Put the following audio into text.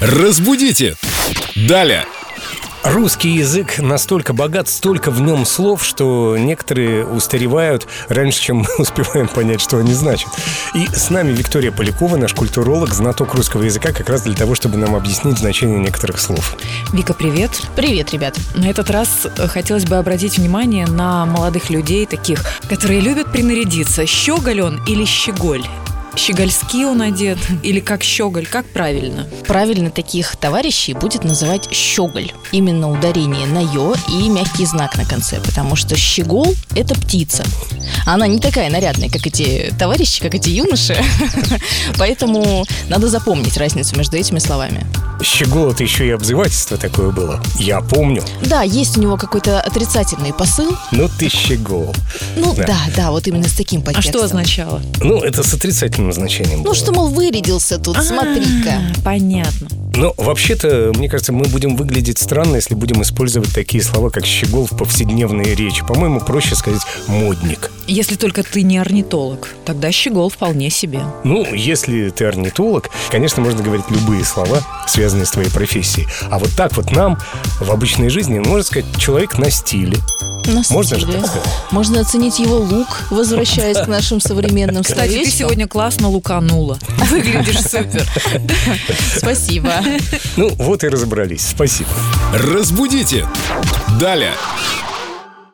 Разбудите! Далее! Русский язык настолько богат, столько в нем слов, что некоторые устаревают раньше, чем мы успеваем понять, что они значат. И с нами Виктория Полякова, наш культуролог, знаток русского языка, как раз для того, чтобы нам объяснить значение некоторых слов. Вика, привет. Привет, ребят. На этот раз э, хотелось бы обратить внимание на молодых людей, таких, которые любят принарядиться. Щеголь он или щеголь? Щегольский он одет или как щеголь? Как правильно? А Правильно таких товарищей будет называть щеголь. Именно ударение на «ё» и мягкий знак на конце, потому что щегол – это птица. Она не такая нарядная, как эти товарищи, как эти юноши, поэтому надо запомнить разницу между этими словами. Щегол это еще и обзывательство такое было. Я помню. Да, есть у него какой-то отрицательный посыл. Ну ты щегол. Ну Да. да, да, вот именно с таким А подтекстом. что означало? Ну, это с отрицательным значением Ну было. что, мол, вырядился тут, смотри-ка. А, Понятно. Но Ну, вообще-то, мне кажется, мы будем выглядеть странно, если будем использовать такие слова, как «щегол» в повседневной речи. По-моему, проще сказать «модник». Если только ты не орнитолог, тогда щегол вполне себе. Ну, если ты орнитолог, конечно, можно говорить любые слова, связанные с твоей профессией. А вот так вот нам в обычной жизни ну, можно сказать «человек на стиле». На Можно же стиле. так сказать? Можно оценить его лук, возвращаясь к нашим современным Кстати, ты словечкам. сегодня классно луканула. Выглядишь супер. Спасибо. Ну, вот и разобрались. Спасибо. Разбудите! Далее!